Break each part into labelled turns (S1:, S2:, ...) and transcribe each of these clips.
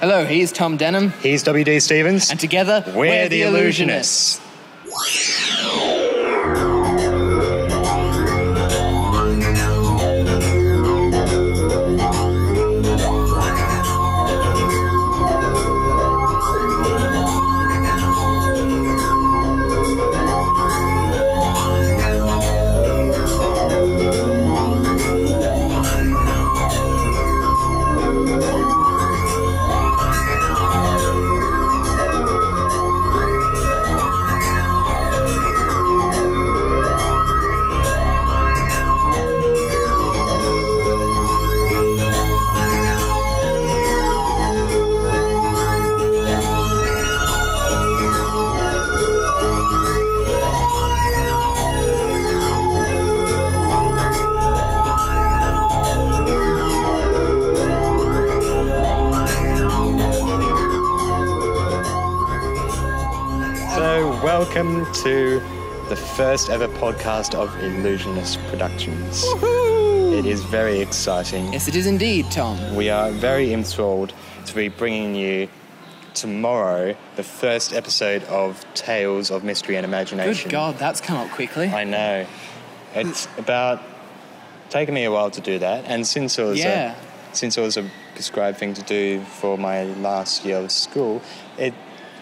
S1: Hello, he's Tom Denham,
S2: He's WD Stevens.
S1: and together
S2: we're, the Illusionists. So, welcome to the first ever podcast of Illusionist Productions. It is very exciting.
S1: Yes, it is indeed, Tom.
S2: We are very enthralled to be bringing you tomorrow the first episode of Tales of Mystery and
S1: Good
S2: Imagination.
S1: God, that's come up quickly.
S2: I know. It's about taken me a while to do that, and since it was
S1: Yeah.
S2: a, since it was a prescribed thing to do for my last year of school, it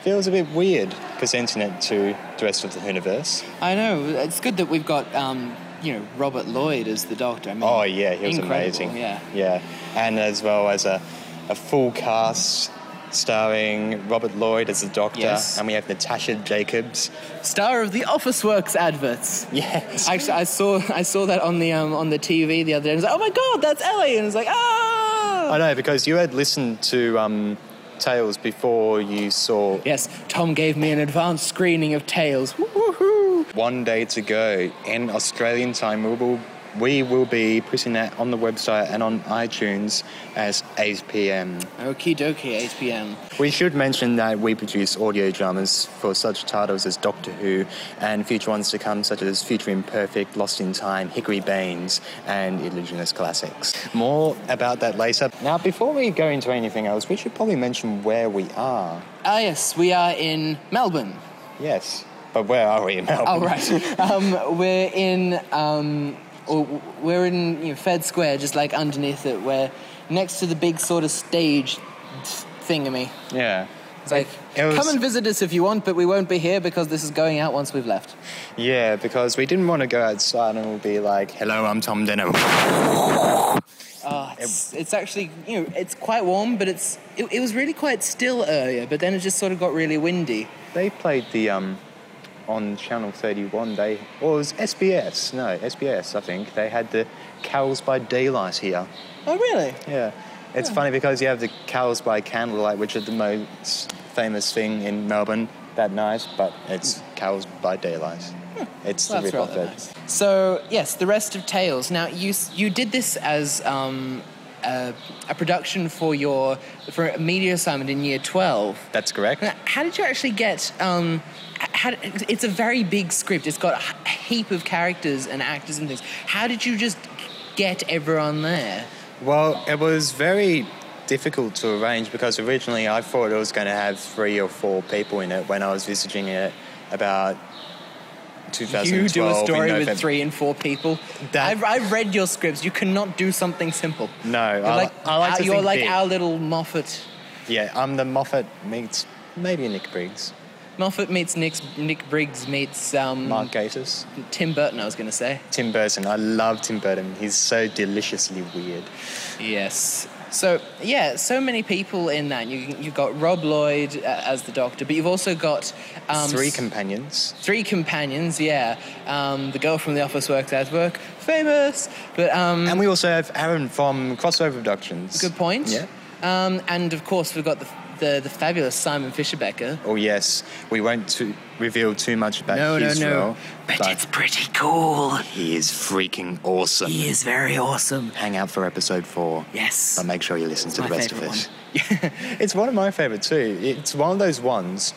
S2: feels a bit weird presenting it to the rest of the universe.
S1: I know. It's good that we've got, um, you know, Robert Lloyd as the Doctor. I mean,
S2: Oh yeah, he was
S1: incredible,
S2: amazing.
S1: Yeah.
S2: yeah, and as well as a, a full cast starring Robert Lloyd as the Doctor,
S1: Yes.
S2: and we have Natasha Jacobs.
S1: Star of the Office Works adverts.
S2: Yes,
S1: Actually, I saw I saw that on the um, on the TV the other day. I was like, oh my God, that's Ellie, and it's like, ah.
S2: I know because you had listened to um, Tales before you saw
S1: Yes, Tom gave me an advanced screening of Tales. Woohoo!
S2: One Day to Go in Australian time. We will, we will be putting that on the website and on iTunes as 8 p.m.
S1: Okie dokie, 8 p.m.
S2: We should mention that we produce audio dramas for such titles as Doctor Who and future ones to come, such as Future Imperfect, Lost in Time, Hickory Baines, and Illusionist Classics. More about that later. Now, before we go into anything else, we should probably mention where we are.
S1: Ah, yes, we are in Melbourne.
S2: Yes, but where are we in
S1: Oh,
S2: Melbourne?
S1: right. um, we're in, um, or we're in you know, Fed Square, just like underneath it, where next to the big sort of stage thingamy.
S2: Yeah.
S1: It's like,
S2: It was-
S1: come and visit us if you want, but we won't be here because this is going out once we've left.
S2: Yeah, because we didn't want to go outside and we'll be like, hello, I'm Tom Denham.
S1: Ah, it's, it's actually, you know, it's quite warm, but it's it, it was really quite still earlier, but then it just sort of got really windy.
S2: They played the, um, on Channel 31, they, or it was SBS, no, SBS, I think. They had the Carols by Daylight here.
S1: Oh, really?
S2: Yeah. It's funny because you have the Carols by Candlelight, which is the most famous thing in Melbourne that night, but it's Carols by Daylight. It's
S1: Well,
S2: the
S1: Mm. Hmm. that's
S2: rip-off
S1: rather
S2: of it.
S1: nice. So yes, the rest of Tales. Now you s- you did this as um, a, a production for your for a media assignment in year twelve.
S2: That's correct.
S1: Now, how did you actually get? Um, h- how, it's a very big script. It's got a h- heap of characters and actors and things. How did you just get everyone there?
S2: Well, it was very difficult to arrange because originally I thought it was going to have three or four people in it when I was visiting it about 2012.
S1: You do a
S2: in
S1: story
S2: November.
S1: with three and four people.
S2: That-
S1: I've, I've read your scripts. You cannot do something simple.
S2: No,
S1: you're
S2: I,
S1: like,
S2: I like to
S1: you're
S2: think
S1: like
S2: big.
S1: our little Moffat.
S2: Yeah, I'm the Moffat meets maybe Nick Briggs,
S1: Moffat meets Nick's, Nick Briggs meets um,
S2: Mark Gatiss,
S1: Tim Burton, I was going to say.
S2: Tim Burton. I love Tim Burton. He's so deliciously weird.
S1: Yes. So, yeah, so many people in that. You, you've got Rob Lloyd uh, as the doctor, but you've also got. Um,
S2: three
S1: s-
S2: companions.
S1: Three companions, yeah. Um, the girl from the office works at work, famous. But um,
S2: And we also have Aaron from Crossover Productions.
S1: good point.
S2: Yeah.
S1: Um, and of course, we've got the, the, the fabulous Simon Fisherbecker.
S2: Oh yes, we won't to reveal too much about
S1: No, no,
S2: his
S1: no.
S2: role,
S1: But it's pretty cool.
S2: He is freaking awesome.
S1: He is very awesome.
S2: Hang out for episode four.
S1: Yes.
S2: But make sure you listen to
S1: my
S2: the rest of
S1: favourite
S2: it. it's one of my favourite too. It's one of those ones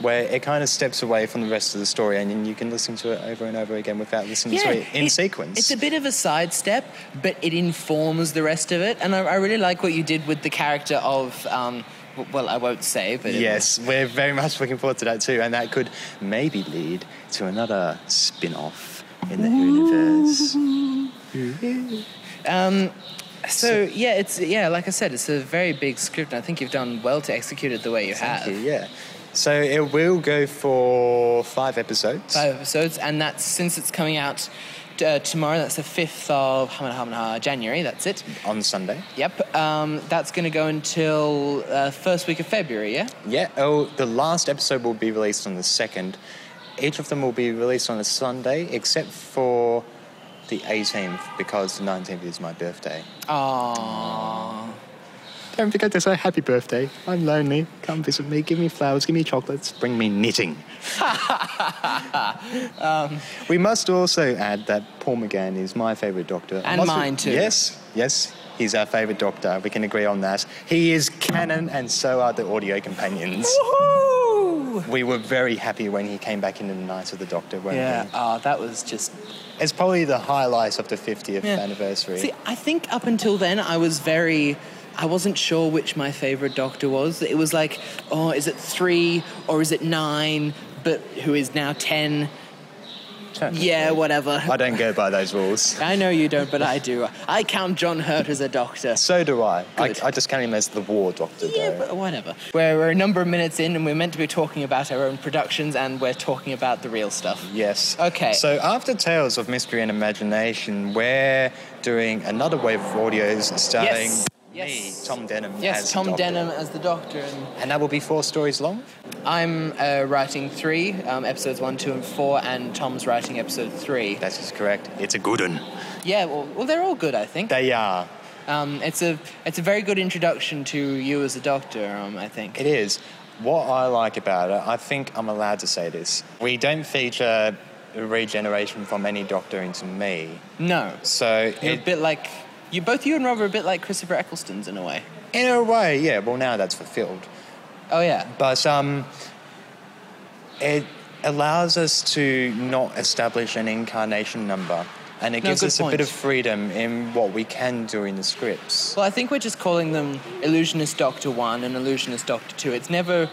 S2: where it kind of steps away from the rest of the story, and then you can listen to it over and over again without listening to it in
S1: it-
S2: sequence.
S1: It's a bit of a sidestep, but it informs the rest of it. And I, I really like what you did with the character of, um, w- well, I won't say, but it-
S2: Yes, we're very much looking forward to that too, and that could maybe lead to another spin off in the universe.
S1: So yeah, it's yeah, like I said, it's a very big script, and I think you've done well to execute it the way you
S2: Thank
S1: have.
S2: you, yeah. So it will go for five episodes.
S1: Five episodes, and that's since it's coming out uh, tomorrow. That's the fifth of hum- hum- hum- uh, January. That's it.
S2: On Sunday.
S1: Yep. Um, that's going to go until uh, first week of February. Yeah.
S2: Yeah, oh, the last episode will be released on the 2nd. Each of them will be released on a Sunday, except for the 18th, because the 19th is my birthday.
S1: Aww.
S2: Don't forget to say happy birthday. I'm lonely. Come visit me. Give me flowers. Give me chocolates. Bring me knitting. Um, we must also add that Paul McGann is my favourite doctor.
S1: And
S2: Must we-
S1: mine too.
S2: Yes, yes. He's our favourite doctor. We can agree on that. He is canon, and so are the audio companions.
S1: Woohoo!
S2: We were very happy when he came back into the Night of the Doctor, weren't
S1: Yeah. Oh, that was just.
S2: we? It's probably the highlight of the 50th
S1: Yeah.
S2: anniversary.
S1: See, I think up until then, I was very. I wasn't sure which my favorite doctor was. It was like, oh, is it three or is it nine? But who is now ten? Yeah, whatever.
S2: I don't go by those rules.
S1: I know you don't, but I do. I count John Hurt as a doctor.
S2: So do I. I,
S1: Good.
S2: I just count him as the war doctor,
S1: Yeah,
S2: though.
S1: but whatever. We're, we're a number of minutes in, and we're meant to be talking about our own productions, and we're talking about the real stuff.
S2: Yes.
S1: Okay.
S2: So after Tales of Mystery and Imagination, we're doing another wave of audios starring
S1: Yes.
S2: me,
S1: Yes.
S2: Tom Denham.
S1: Yes,
S2: as
S1: Tom
S2: Doctor.
S1: Denham as the Doctor, and
S2: And that will be four stories long.
S1: I'm uh, writing three um, episodes one, two, and four, and Tom's writing episode three.
S2: That is correct. It's a good one.
S1: Yeah, well, well they're all good, I think.
S2: They are.
S1: Um, it's a it's a very good introduction to you as a Doctor, um, I think.
S2: It is. What I like about it, I think I'm allowed to say this. We don't feature regeneration from any doctor into me.
S1: No,
S2: So
S1: you're
S2: it,
S1: a bit like you both you and Rob are a bit like Christopher Eccleston's in a way.
S2: in a way, yeah, well, now that's fulfilled.
S1: Oh yeah,
S2: But um, it allows us to not establish an incarnation number, and it
S1: No,
S2: gives
S1: good
S2: us a bit
S1: point.
S2: of freedom in what we can do in the scripts.
S1: Well, I think we're just calling them Illusionist Doctor One and Illusionist Doctor Two. It's never,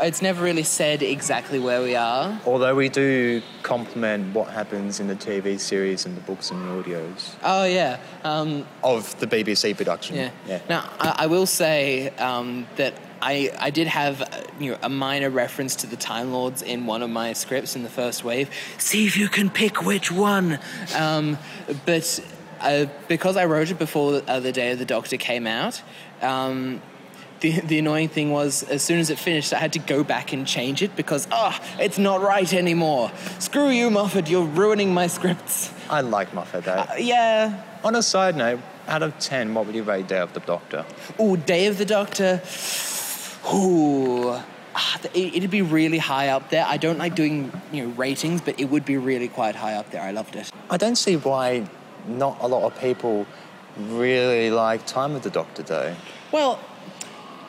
S1: it's never really said exactly where we are.
S2: Although we do complement what happens in the TV series and the books and the audios
S1: Oh yeah, um,
S2: of the BBC production.
S1: Yeah. Now, I, I will say um, that I, I did have uh, you know, a minor reference to the Time Lords in one of my scripts in the first wave. See if you can pick which one. Um, but uh, because I wrote it before the, uh, the day of the Doctor came out, um, the, the annoying thing was as soon as it finished, I had to go back and change it because, ah, it's not right anymore. Screw you, Moffat, you're ruining my scripts. Uh,
S2: I like Moffat though.
S1: Yeah.
S2: Uh, On a side note, out of 10, what would you rate Day of the Doctor?
S1: Ooh, Day of the Doctor. Ooh. Ah, th- it- It'd be really high up there. I don't like doing you know ratings, but it would be really quite high up there. I loved it.
S2: I don't see why not a lot of people really like Time of the Doctor though.
S1: Well,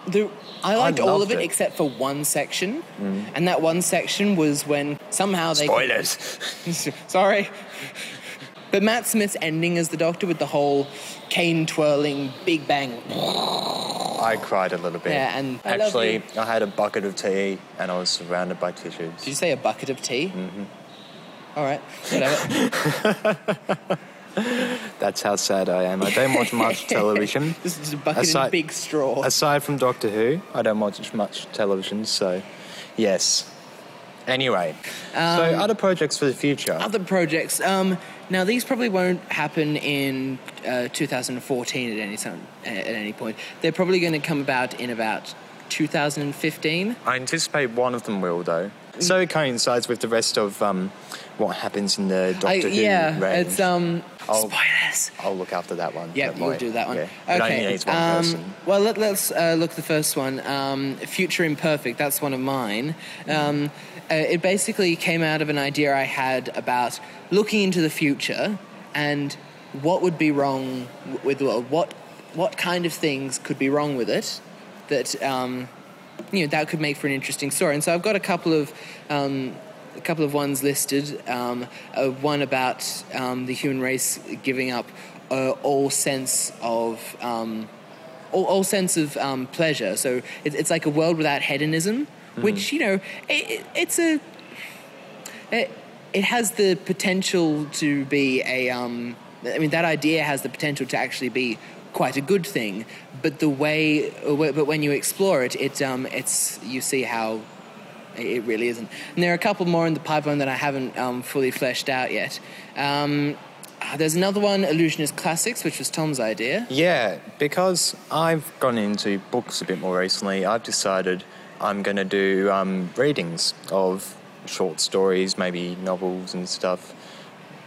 S1: the I liked all of
S2: loved
S1: it,
S2: it.
S1: except for one section, and that one section was when somehow they
S2: Spoilers!
S1: Sorry. But Matt Smith's ending as the Doctor with the whole cane twirling Big Bang.
S2: I cried a little bit.
S1: Yeah, and- I love
S2: actually,
S1: you.
S2: I, had a bucket of tea and I was surrounded by tissues.
S1: Did you say a bucket of tea? Mm-hmm. All right, whatever.
S2: That's how sad I am. I don't watch much television.
S1: this is a bucket and
S2: Aside-
S1: a big straw.
S2: Aside from Doctor Who, I don't watch much television, so yes. Anyway, so
S1: Um,
S2: other projects for the future.
S1: other projects. Um, now these probably won't happen in uh, 2014 at any time, at any point. They're probably going to come about in about 2015.
S2: I anticipate one of them will, though. So it coincides with the rest of um, what happens in the Doctor
S1: I-
S2: Who
S1: Oh, yeah,
S2: range. Oh.
S1: it's um
S2: I'll-
S1: spoilers.
S2: I'll look after that one.
S1: Yeah,
S2: don't
S1: you'll
S2: worry.
S1: do that one.
S2: Yeah.
S1: Okay.
S2: It only needs one
S1: um,
S2: person.
S1: Well, let, us uh, look at the first one. Um, Future Imperfect. That's one of mine. Um, uh, it basically came out of an idea I had about looking into the future and what would be wrong w- with the world. What what kind of things could be wrong with it that um, you know that could make for an interesting story. And so I've got a couple of um, a couple of ones listed. Um, uh, one about um, the human race giving up uh, all sense of um, all, all sense of um, pleasure. So it, it's like a world without hedonism, which you know it, it, it's a it, it has the potential to be a. Um, I mean, that idea has the potential to actually be quite a good thing, but the way, but when you explore it, it um, it's you see how it really isn't. And there are a couple more in the pipeline that I haven't um, fully fleshed out yet. Um, ah, there's another one, Illusionist Classics, which was Tom's idea.
S2: Yeah, because I've gone into books a bit more recently, I've decided I'm going to do um, readings of short stories, maybe novels and stuff.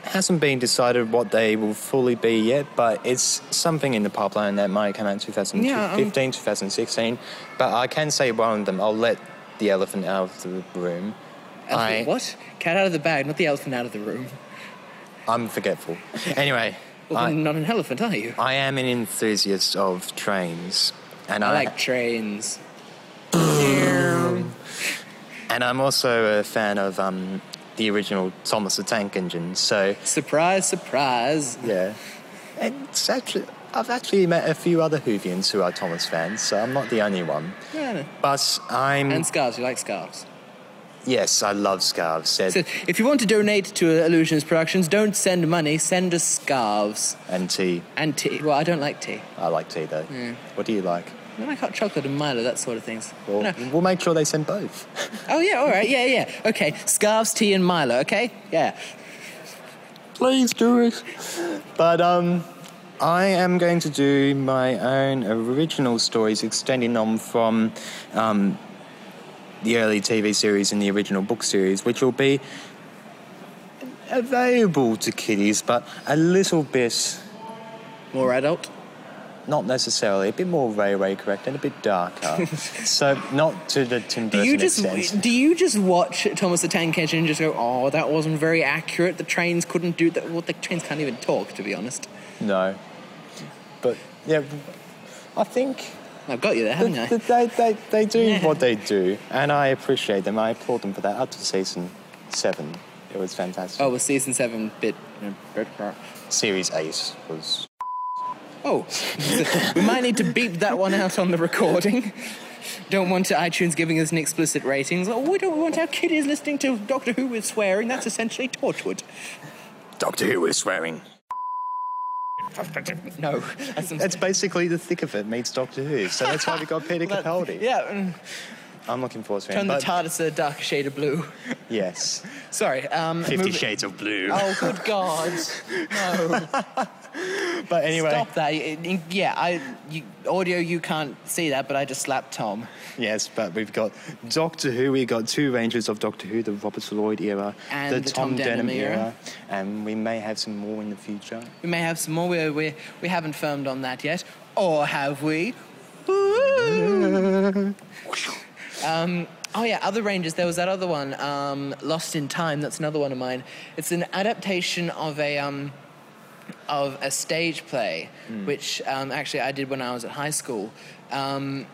S2: Hasn't been decided what they will fully be yet, but it's something in the pipeline that might come out in
S1: um
S2: 2015, 2016. But I can say one of them, I'll let the elephant out of the room. I-
S1: Elephant- What? Cat out of the bag, not the elephant out of the room.
S2: I'm forgetful. Anyway,
S1: Well,
S2: I,
S1: then not an elephant, are you?
S2: I am an enthusiast of trains, and
S1: I
S2: I,
S1: like trains.
S2: and I'm also a fan of um, the original Thomas the Tank Engine. So
S1: Surprise, surprise.
S2: yeah, it's actually I've actually met a few other Hoovians who are Thomas fans, so I'm not the only one.
S1: Yeah.
S2: But I'm
S1: And scarves, you like scarves.
S2: yes, I love scarves.
S1: So
S2: Said
S1: if you want to donate to Illusionist Productions, don't send money, send us scarves.
S2: and tea.
S1: And tea. Well, I don't like tea.
S2: I like tea though. What do you like?
S1: I like hot chocolate and Milo, that sort of things.
S2: Well,
S1: No.
S2: we'll make sure they send both.
S1: Oh, yeah, all right, yeah, yeah. Okay, scarves, tea, and Milo, okay? Yeah.
S2: Please do it. But um, I am going to do my own original stories, extending on from um, the early TV series and the original book series, which will be available to kiddies, but a little bit,
S1: More adult.
S2: not necessarily, a bit more railway correct and a bit darker. so not to the Tim
S1: Do
S2: Burton
S1: you just
S2: extent.
S1: do you just watch Thomas the Tank Engine and just go, oh, that wasn't very accurate. The trains couldn't do that. Well, the trains can't even talk, to be honest.
S2: No. But yeah, I think.
S1: I've got you there, haven't
S2: Th-
S1: I?
S2: th- they, they, they do
S1: Yeah.
S2: what they do, and I appreciate them. I applaud them for that up to season seven. It was fantastic.
S1: Oh, well, season seven bit.
S2: Series eight was.
S1: Oh, we might need to beep that one out on the recording. Don't want to iTunes giving us an explicit ratings. Oh, we don't want our kiddies listening to Doctor Who with swearing. That's essentially Torchwood.
S2: Doctor Who was swearing.
S1: No, that's
S2: That's basically the thick of it meets Doctor Who, so that's why we got Peter Capaldi.
S1: Yeah, mm,
S2: I'm looking forward to it.
S1: turn the
S2: but-
S1: TARDIS a darker shade of blue.
S2: Yes,
S1: Sorry. Um,
S2: Fifty
S1: move-
S2: Shades of Blue.
S1: Oh, good God. No.
S2: but anyway,
S1: Stop that. Y- y- Yeah, I, you, audio, you can't see that, but I just slapped Tom.
S2: yes, but we've got Doctor Who. We got two ranges of Doctor Who: the Robert Lloyd era,
S1: And
S2: the,
S1: the Tom Denham era.
S2: and we may have some more in the future.
S1: We may have some more. We, we, we haven't firmed on that yet. Or have we? Ooh. um, oh, yeah, other ranges. There was that other one, um, Lost in Time. That's another one of mine. It's an adaptation of a. Um, of a stage play, which um, actually I did when I was at high school, um,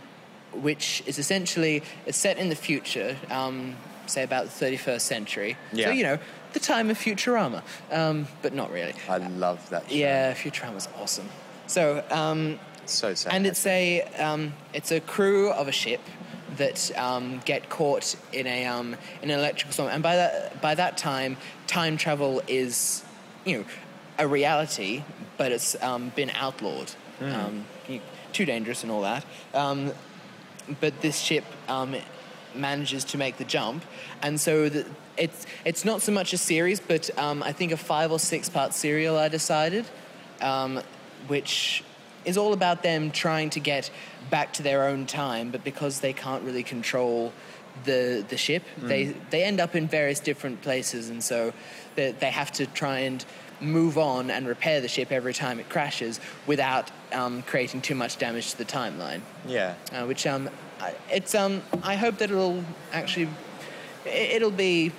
S1: which is essentially it's set in the future, um, say about the 31st century.
S2: Yeah.
S1: So, you know, the time of Futurama, um, but not really.
S2: I love that. Show.
S1: Yeah, Futurama's awesome. So, um,
S2: so sad.
S1: and it's a um, it's a crew of a ship that um, get caught in a um, in an electrical storm, and by that by that time, time travel is you know a reality, but it's um, been outlawed, um, you- too dangerous and all that. Um, but this ship um, manages to make the jump, and so the, it's it's not so much a series, but um, I think a five or six part serial. I decided, um, which is all about them trying to get back to their own time, but because they can't really control the the ship,
S2: Mm.
S1: they they end up in various different places, and so they, they have to try and move on and repair the ship every time it crashes without um, creating too much damage to the timeline
S2: yeah.
S1: uh, which um, I- it's um, I hope that it'll actually, it- it'll be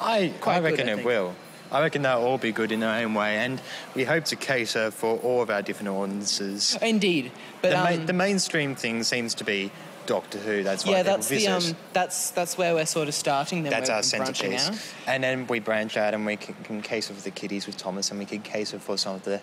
S2: I,
S1: Quite
S2: I
S1: good,
S2: reckon
S1: I
S2: it
S1: think.
S2: will. I reckon they'll all be good in their own way, and we hope to cater for all of our different audiences.
S1: Indeed, but
S2: the, ma-
S1: um,
S2: the mainstream thing seems to be Doctor Who. That's why
S1: yeah,
S2: people
S1: that's the
S2: visit.
S1: um, that's that's where we're sort of starting. Then
S2: that's
S1: we're
S2: our
S1: branching
S2: centerpiece.
S1: out.
S2: And then we branch out and we can, can cater for the kiddies with Thomas, and we can cater for some of the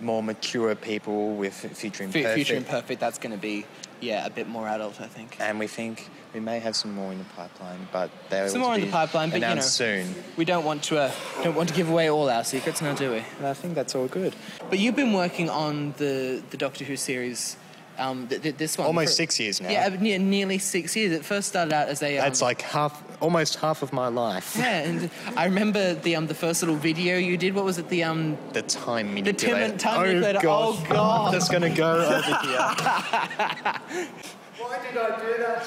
S2: more mature people with Future
S1: Fu-
S2: Imperfect.
S1: Future Imperfect, that's going to be, yeah, a bit more adult, I think.
S2: and we think we may have some more in the pipeline, but they're
S1: Some
S2: to
S1: more in
S2: be
S1: the pipeline, but, you
S2: announced
S1: know.
S2: soon.
S1: We don't want to uh, don't want to give away all our secrets now, do we?
S2: And I think that's all good.
S1: But you've been working on the the Doctor Who series, um, th- th- this one
S2: Almost
S1: for-
S2: six years now.
S1: Yeah, uh, ne- nearly six years. It first started out as a. Um,
S2: That's like half, almost half of my life.
S1: Yeah, and I remember the um the first little video you did. What was it? The um
S2: The time
S1: The Tim
S2: manipulator.
S1: and Time Manipulator.
S2: God.
S1: Oh, God.
S2: That's going to go over here.
S3: Why did I do that?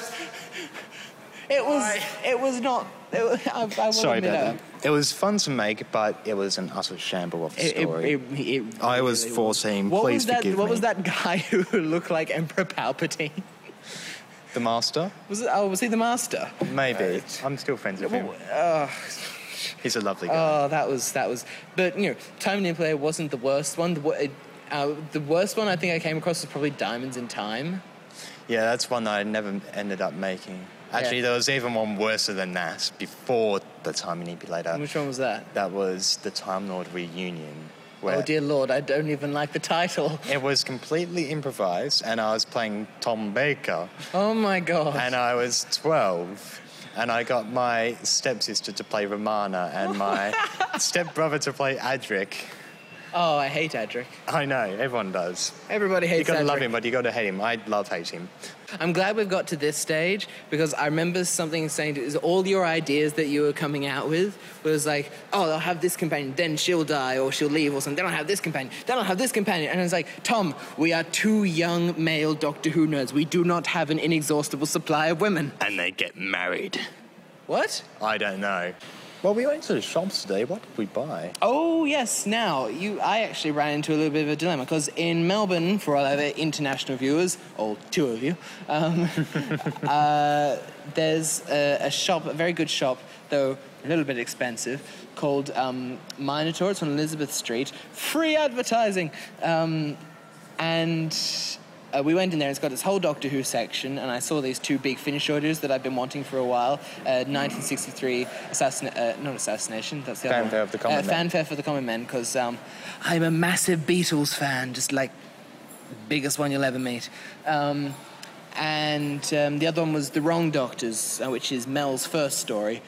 S1: it was it was not. It, wa- I, I will
S2: Sorry
S1: admit
S2: about
S1: it.
S2: that. It was fun to make, but it was an utter shamble of a
S1: It- it-
S2: story.
S1: it- it
S2: I was
S1: really
S2: 14.
S1: What
S2: Please
S1: was that?
S2: forgive
S1: what
S2: me.
S1: was that guy who looked like Emperor Palpatine?
S2: The Master?
S1: Was it? Oh, was he the Master?
S2: Maybe.
S1: Uh,
S2: I'm still friends with him. He's a lovely guy.
S1: Oh, that was that was. But you know, Time Manipulator wasn't the worst one. The, wo- it, uh, the worst one I think I came across was probably Diamonds in Time.
S2: yeah, that's one that I never ended up making. Actually, there was even one worse than that before the Time Manipulator.
S1: Which one was that?
S2: That was the Time Lord reunion. Where
S1: Oh dear lord, I don't even like the title.
S2: It was completely improvised, and I was playing Tom Baker,
S1: Oh my god.
S2: and I was 12. And I got my stepsister to play Romana and my stepbrother to play Adric.
S1: oh, I hate Adric.
S2: I know, everyone does.
S1: Everybody
S2: You
S1: hates
S2: gotta
S1: Adric.
S2: love him, but you gotta hate him. I love hate him.
S1: I'm glad we've got to this stage because I remember something saying to is all your ideas that you were coming out with was like, oh, I'll have this companion, then she'll die or she'll leave or something. Then I'll have this companion, then I'll have this companion. And it's like, Tom, we are two young male Doctor Who nerds. We do not have an inexhaustible supply of women.
S2: And they get married.
S1: What?
S2: I don't know. Well, we went to the shops today. What did we buy?
S1: Oh yes. Now you, I actually ran into a little bit of a dilemma because in Melbourne, for all our international viewers, or two of you, um, uh, there's a, a shop, a very good shop, though a little bit expensive, called um, Minotaur. It's on Elizabeth Street. Free advertising. Um, and uh, we went in there. It's got this whole Doctor Who section, and I saw these two big Finnish orders that I've been wanting for a while. Uh, 1963 assassina- uh, not assassination. That's the other
S2: Fanfare
S1: one.
S2: of the Common
S1: uh,
S2: Man.
S1: Fanfare for the common men, because um, I'm a massive Beatles fan, just like biggest one you'll ever meet. Um, and um, the other one was The Wrong Doctors, uh, which is Mel's first story.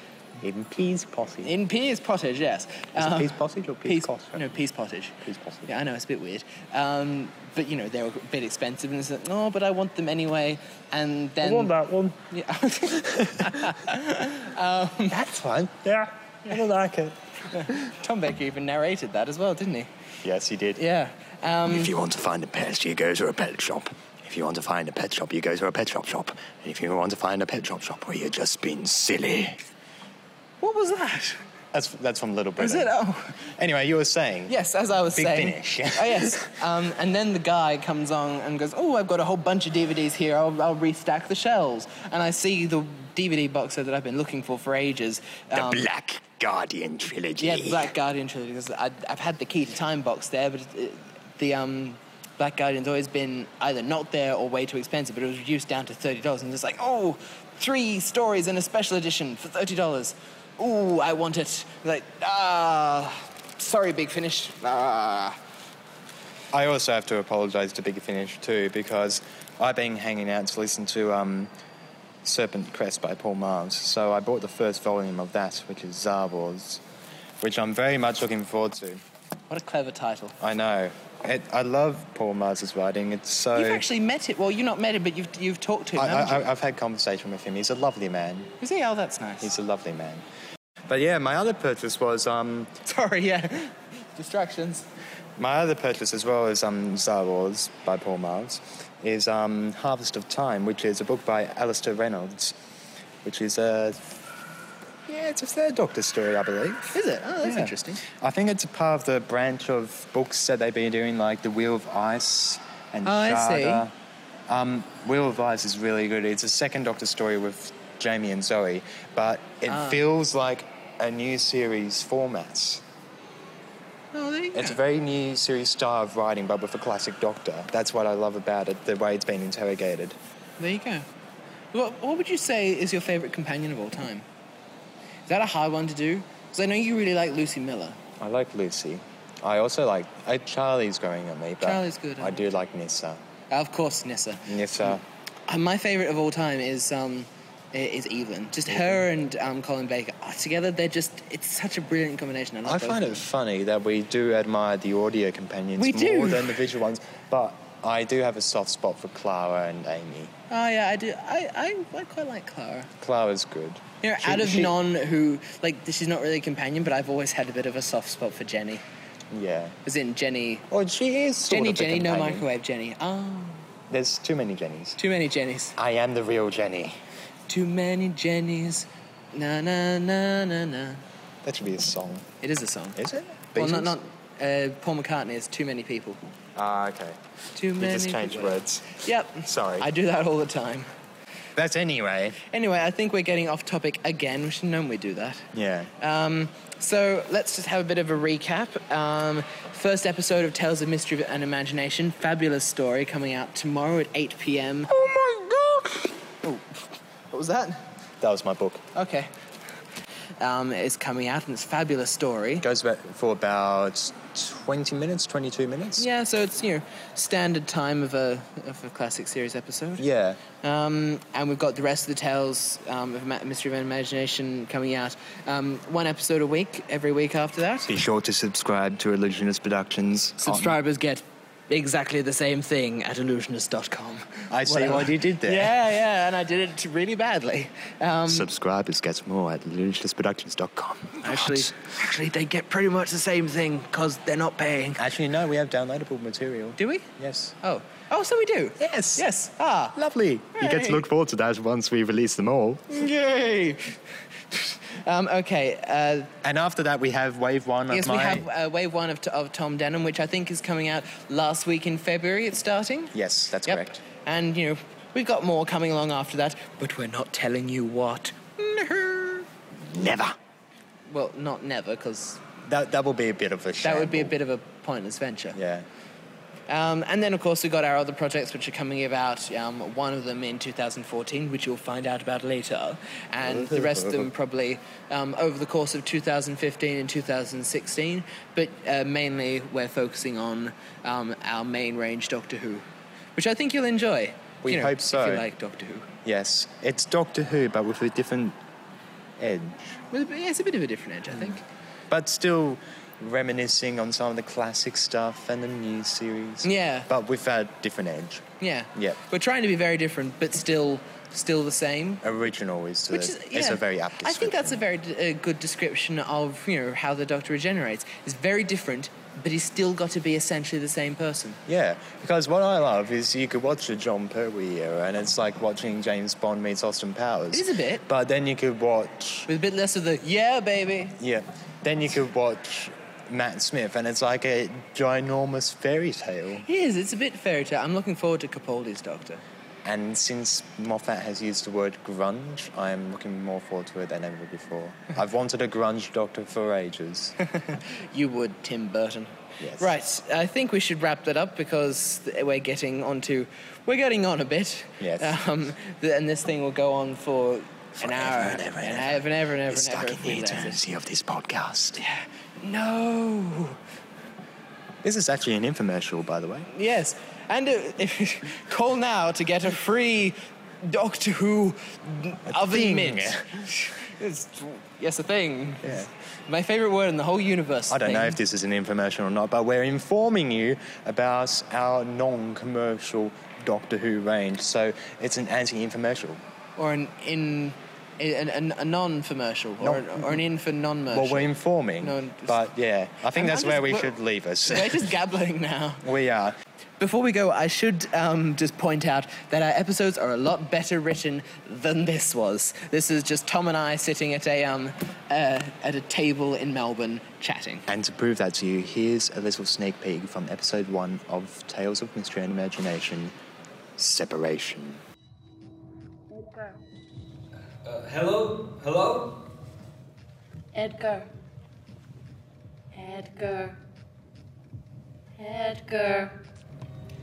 S2: In peas potty.
S1: In Peas Pottage, yes.
S2: Is it
S1: Um,
S2: peas pottage or peas cottage?
S1: No, Peas Pottage.
S2: Peas pottage.
S1: Yeah, I know, it's a bit weird. Um, but, you know, they were a bit expensive, and it's like, no, but I want them anyway. And then...
S2: that one.
S1: Yeah.
S2: That's fine. Yeah, I don't like it.
S1: Tom Baker even narrated that as well, didn't he?
S2: Yes, he did.
S1: Yeah. Um,
S4: If you want to find a pet, you go to a pet shop. If you want to find a pet shop, you go to a pet shop shop. And if you want to find a pet shop shop where you're just being silly.
S1: what was that?
S2: That's, that's from Little Britain.
S1: Was it? Oh.
S2: Anyway, you were saying.
S1: Yes, as I was
S2: Big
S1: saying.
S2: finish, yeah.
S1: oh yes. Um, and then the guy comes on and goes, "Oh, I've got a whole bunch of DVDs here. I'll, I'll restack the shelves." And I see the DVD box set that I've been looking for for ages.
S4: The
S1: Um,
S4: Black Guardian trilogy.
S1: yeah, the Black Guardian trilogy. Because I, I've had the Key to Time box there, but it, the um, Black Guardian's always been either not there or way too expensive. But it was reduced down to thirty dollars, and it's like, oh, three stories and a special edition for thirty dollars. Ooh, I want it. Like, ah, sorry, Big Finish. Ah.
S2: I also have to apologise to Big Finish too because I've been hanging out to listen to um, Serpent Crest by Paul Mars. So I bought the first volume of that, which is Zarbor's, which I'm very much looking forward to.
S1: What a clever title.
S2: I know. It, I love Paul Mars's writing. It's so.
S1: You've actually met it. Well, you've not met him, but you've, you've talked to him,
S2: I,
S1: haven't
S2: I,
S1: you?
S2: I- I've had conversation with him. He's a lovely man.
S1: Is he? Oh, that's nice.
S2: He's a lovely man. But yeah, my other purchase was um,
S1: Sorry, yeah. Distractions.
S2: my other purchase as well as um, Star Wars by Paul Miles is um, Harvest of Time, which is a book by Alistair Reynolds, which is a yeah, it's a third Doctor story, I believe.
S1: Is it? Oh, that's
S2: Yeah.
S1: interesting.
S2: I think it's a part of the branch of books that they've been doing, like the Wheel of Ice and
S1: Oh, I see.
S2: Sharda. Um, Wheel of Ice is really good. It's a second Doctor story with
S1: Ah.
S2: Jamie and Zoe, but it feels like a new series format.
S1: Oh, there you
S4: It's a
S1: go.
S4: very new serious style of writing, but with a classic doctor. That's what I love about it, the way it's been interrogated.
S1: There you go. What, what would you say is your favourite companion of all time? Is that a hard one to do? Because I know you really like Lucy Miller.
S4: I like Lucy. I also like I, Charlie's growing on me, but
S1: Charlie's good, eh?
S4: I
S1: huh?
S4: do like Nissa.
S1: Of course, Nissa.
S4: Nissa.
S1: Uh, My favourite of all time is um, i- is Evelyn. Just her and um, Colin Baker oh, together. They're just it's such a brilliant combination. I, love
S4: I
S1: both
S4: find
S1: of
S4: it funny that we do admire the audio companions
S1: We
S4: more
S1: do.
S4: than the visual ones, but I do have a soft spot for Clara and Amy.
S1: them. Oh yeah, I do. I, I, I quite like Clara.
S4: Clara's good.
S1: You know,
S4: She-
S1: out of
S4: she-
S1: non who like she's not really a companion, but I've always had a bit of a soft spot for Jenny.
S4: Yeah.
S1: As in Jenny,
S4: Well, she is sort
S1: Jenny,
S4: of a
S1: Jenny, no
S4: companion.
S1: microwave, Jenny. Oh,
S4: There's too many Jennies.
S1: too many Jennies.
S4: I am the real Jenny.
S1: Too many Jennies. Na na na na na.
S4: That should be a song.
S1: It is a song.
S4: Is it?
S1: well, not
S4: Beatles?
S1: not uh, Paul McCartney is too many people.
S4: Ah, okay.
S1: Too
S4: You
S1: many.
S4: just changed
S1: people.
S4: words.
S1: Yep.
S4: Sorry.
S1: I do that all the time.
S4: That's anyway.
S1: Anyway, I think we're getting off topic again. We should normally do that.
S4: Yeah.
S1: So let's just have a bit of a recap. Um, first episode of Tales of Mystery and Imagination, fabulous story coming out tomorrow at 8 p.m. Oh my god! what was that?
S4: that was my book.
S1: Okay. Um, it's coming out and it's a fabulous story.
S4: Goes about for about 20 minutes, 22 minutes.
S1: Yeah, so it's you know standard time of a of a classic series episode.
S4: Yeah.
S1: Um, and we've got the rest of the tales um, of Ma- Mystery of Imagination coming out um, one episode a week every week after that.
S4: Be sure to subscribe to Illusionist Productions. on-
S1: Subscribers get exactly the same thing at illusionist.com.
S4: I see
S1: Whatever.
S4: what you did there.
S1: Yeah, yeah, and I did it really badly. Um,
S2: Subscribers get more at illusionistproductions.com.
S1: actually, actually, they get pretty much the same thing because they're not paying.
S4: Actually, no, we have downloadable material.
S1: Do we?
S4: Yes.
S1: Oh, oh, so we do.
S4: Yes.
S1: Yes. Ah.
S4: Lovely.
S2: You get to look forward to that once we release them all.
S1: Yay. um, okay. Uh,
S4: And after that, we have Wave 1
S1: Yes,
S4: of my...
S1: we have uh, wave one of, of Tom Denham, which I think is coming out last week in February. It's starting.
S4: Yes, that's
S1: Yep.
S4: correct.
S1: And you know, we've got more coming along after that, but we're not telling you what.
S2: Never.
S1: Well, not never, because
S4: That, that will be a bit of a shame.
S1: that would be a bit of a pointless venture.
S4: Yeah.
S1: Um, and then, of course, we've got our other projects which are coming about. Um, one of them in 2014, which you'll find out about later, and the rest of them probably um, over the course of 2015 and 2016. But uh, mainly, we're focusing on um, our main range Doctor Who, which I think you'll enjoy.
S4: We
S1: You know,
S4: hope so.
S1: If you like Doctor Who,
S4: Yes. It's Doctor Who, but with a different edge.
S1: Well, it- it's a bit of a different
S4: Mm.
S1: edge, I think.
S4: But still reminiscing on some of the classic stuff and the new series.
S1: Yeah.
S4: But with a different edge.
S1: Yeah.
S4: Yeah.
S1: We're trying to be very different, but still, still the same.
S4: Original is, the,
S1: Which is, yeah,
S4: is a very apt
S1: I think that's a
S4: description.
S1: very d- a good description of you know how the Doctor regenerates. It's very different, but he's still got to be essentially the same person.
S4: Yeah, because what I love is you could watch the John Pertwee era, and it's like watching James Bond meets Austin Powers.
S1: It is a bit.
S4: But then you could watch,
S1: With a bit less of the yeah, baby.
S4: yeah, then you could watch Matt Smith, and it's like a ginormous fairy tale.
S1: It is. It's a bit fairy tale. I'm looking forward to Capaldi's Doctor.
S4: And since Moffat has used the word grunge, I'm looking more forward to it than ever before. I've wanted a grunge doctor for ages.
S1: You would, Tim Burton.
S4: Yes.
S1: Right. I think we should wrap that up because th- we're getting onto we're getting on a bit.
S4: Yes.
S1: Um, th- and this thing will go on for. an
S2: Forever
S1: hour
S2: and ever and ever.
S1: and ever and ever
S2: It's
S1: and ever
S2: stuck in
S1: if we
S2: the
S1: let it.
S2: eternity of this podcast.
S1: No.
S4: this is actually an infomercial, by the way.
S1: Yes, and uh, if, call now to get a free Doctor Who oven
S4: thing.
S1: mitt. It's- yes, a thing.
S4: Yeah.
S1: My favorite word in the whole universe.
S4: I don't know
S1: thing.
S4: if this is an infomercial or not, but we're informing you about our non commercial Doctor Who range. So it's an anti infomercial.
S1: or an in an, an, a non-commercial or,
S4: Non-
S1: an, or an in for non-commercial.
S4: Well, we're informing.
S1: No, just-
S4: but yeah, I think
S1: I'm-
S4: that's
S1: I'm
S4: where
S1: just-
S4: we
S1: we're-
S4: should leave us.
S1: we're just gabbling now.
S4: we are.
S1: Before we go, I should um, just point out that our episodes are a lot better written than this was. This is just Tom and I sitting at a um, uh, at a table in Melbourne chatting.
S4: And to prove that to you, here's a little sneak peek from episode one of Tales of Mystery and Imagination
S2: Separation.
S5: Edgar.
S6: Uh, hello? Hello?
S5: Edgar. Edgar. Edgar.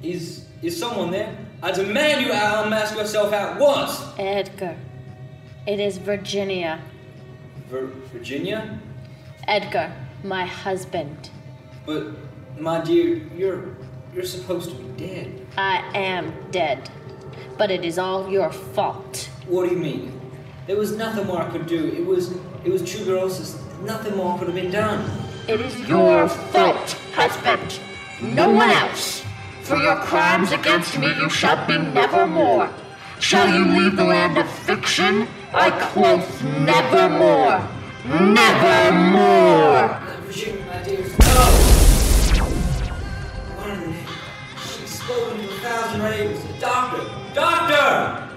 S6: Is is someone there? I demand you unmask yourself at once.
S5: Edgar. It is Virginia.
S6: Vir- Virginia,
S5: Edgar, my husband.
S6: but my dear, you're you're supposed to be dead.
S5: I am dead. But it is all your fault.
S6: What do you mean? There was nothing more I could do. It was it was tuberculosis. Nothing more could have been done.
S5: It is your fault, husband. No one else. For your crimes against me, you shall be nevermore. Shall you leave the land of fiction? I quote nevermore. Nevermore.
S6: Uh, Virginia, my dear, no. One of them, she's spoken to a thousand ravens. Doctor, doctor.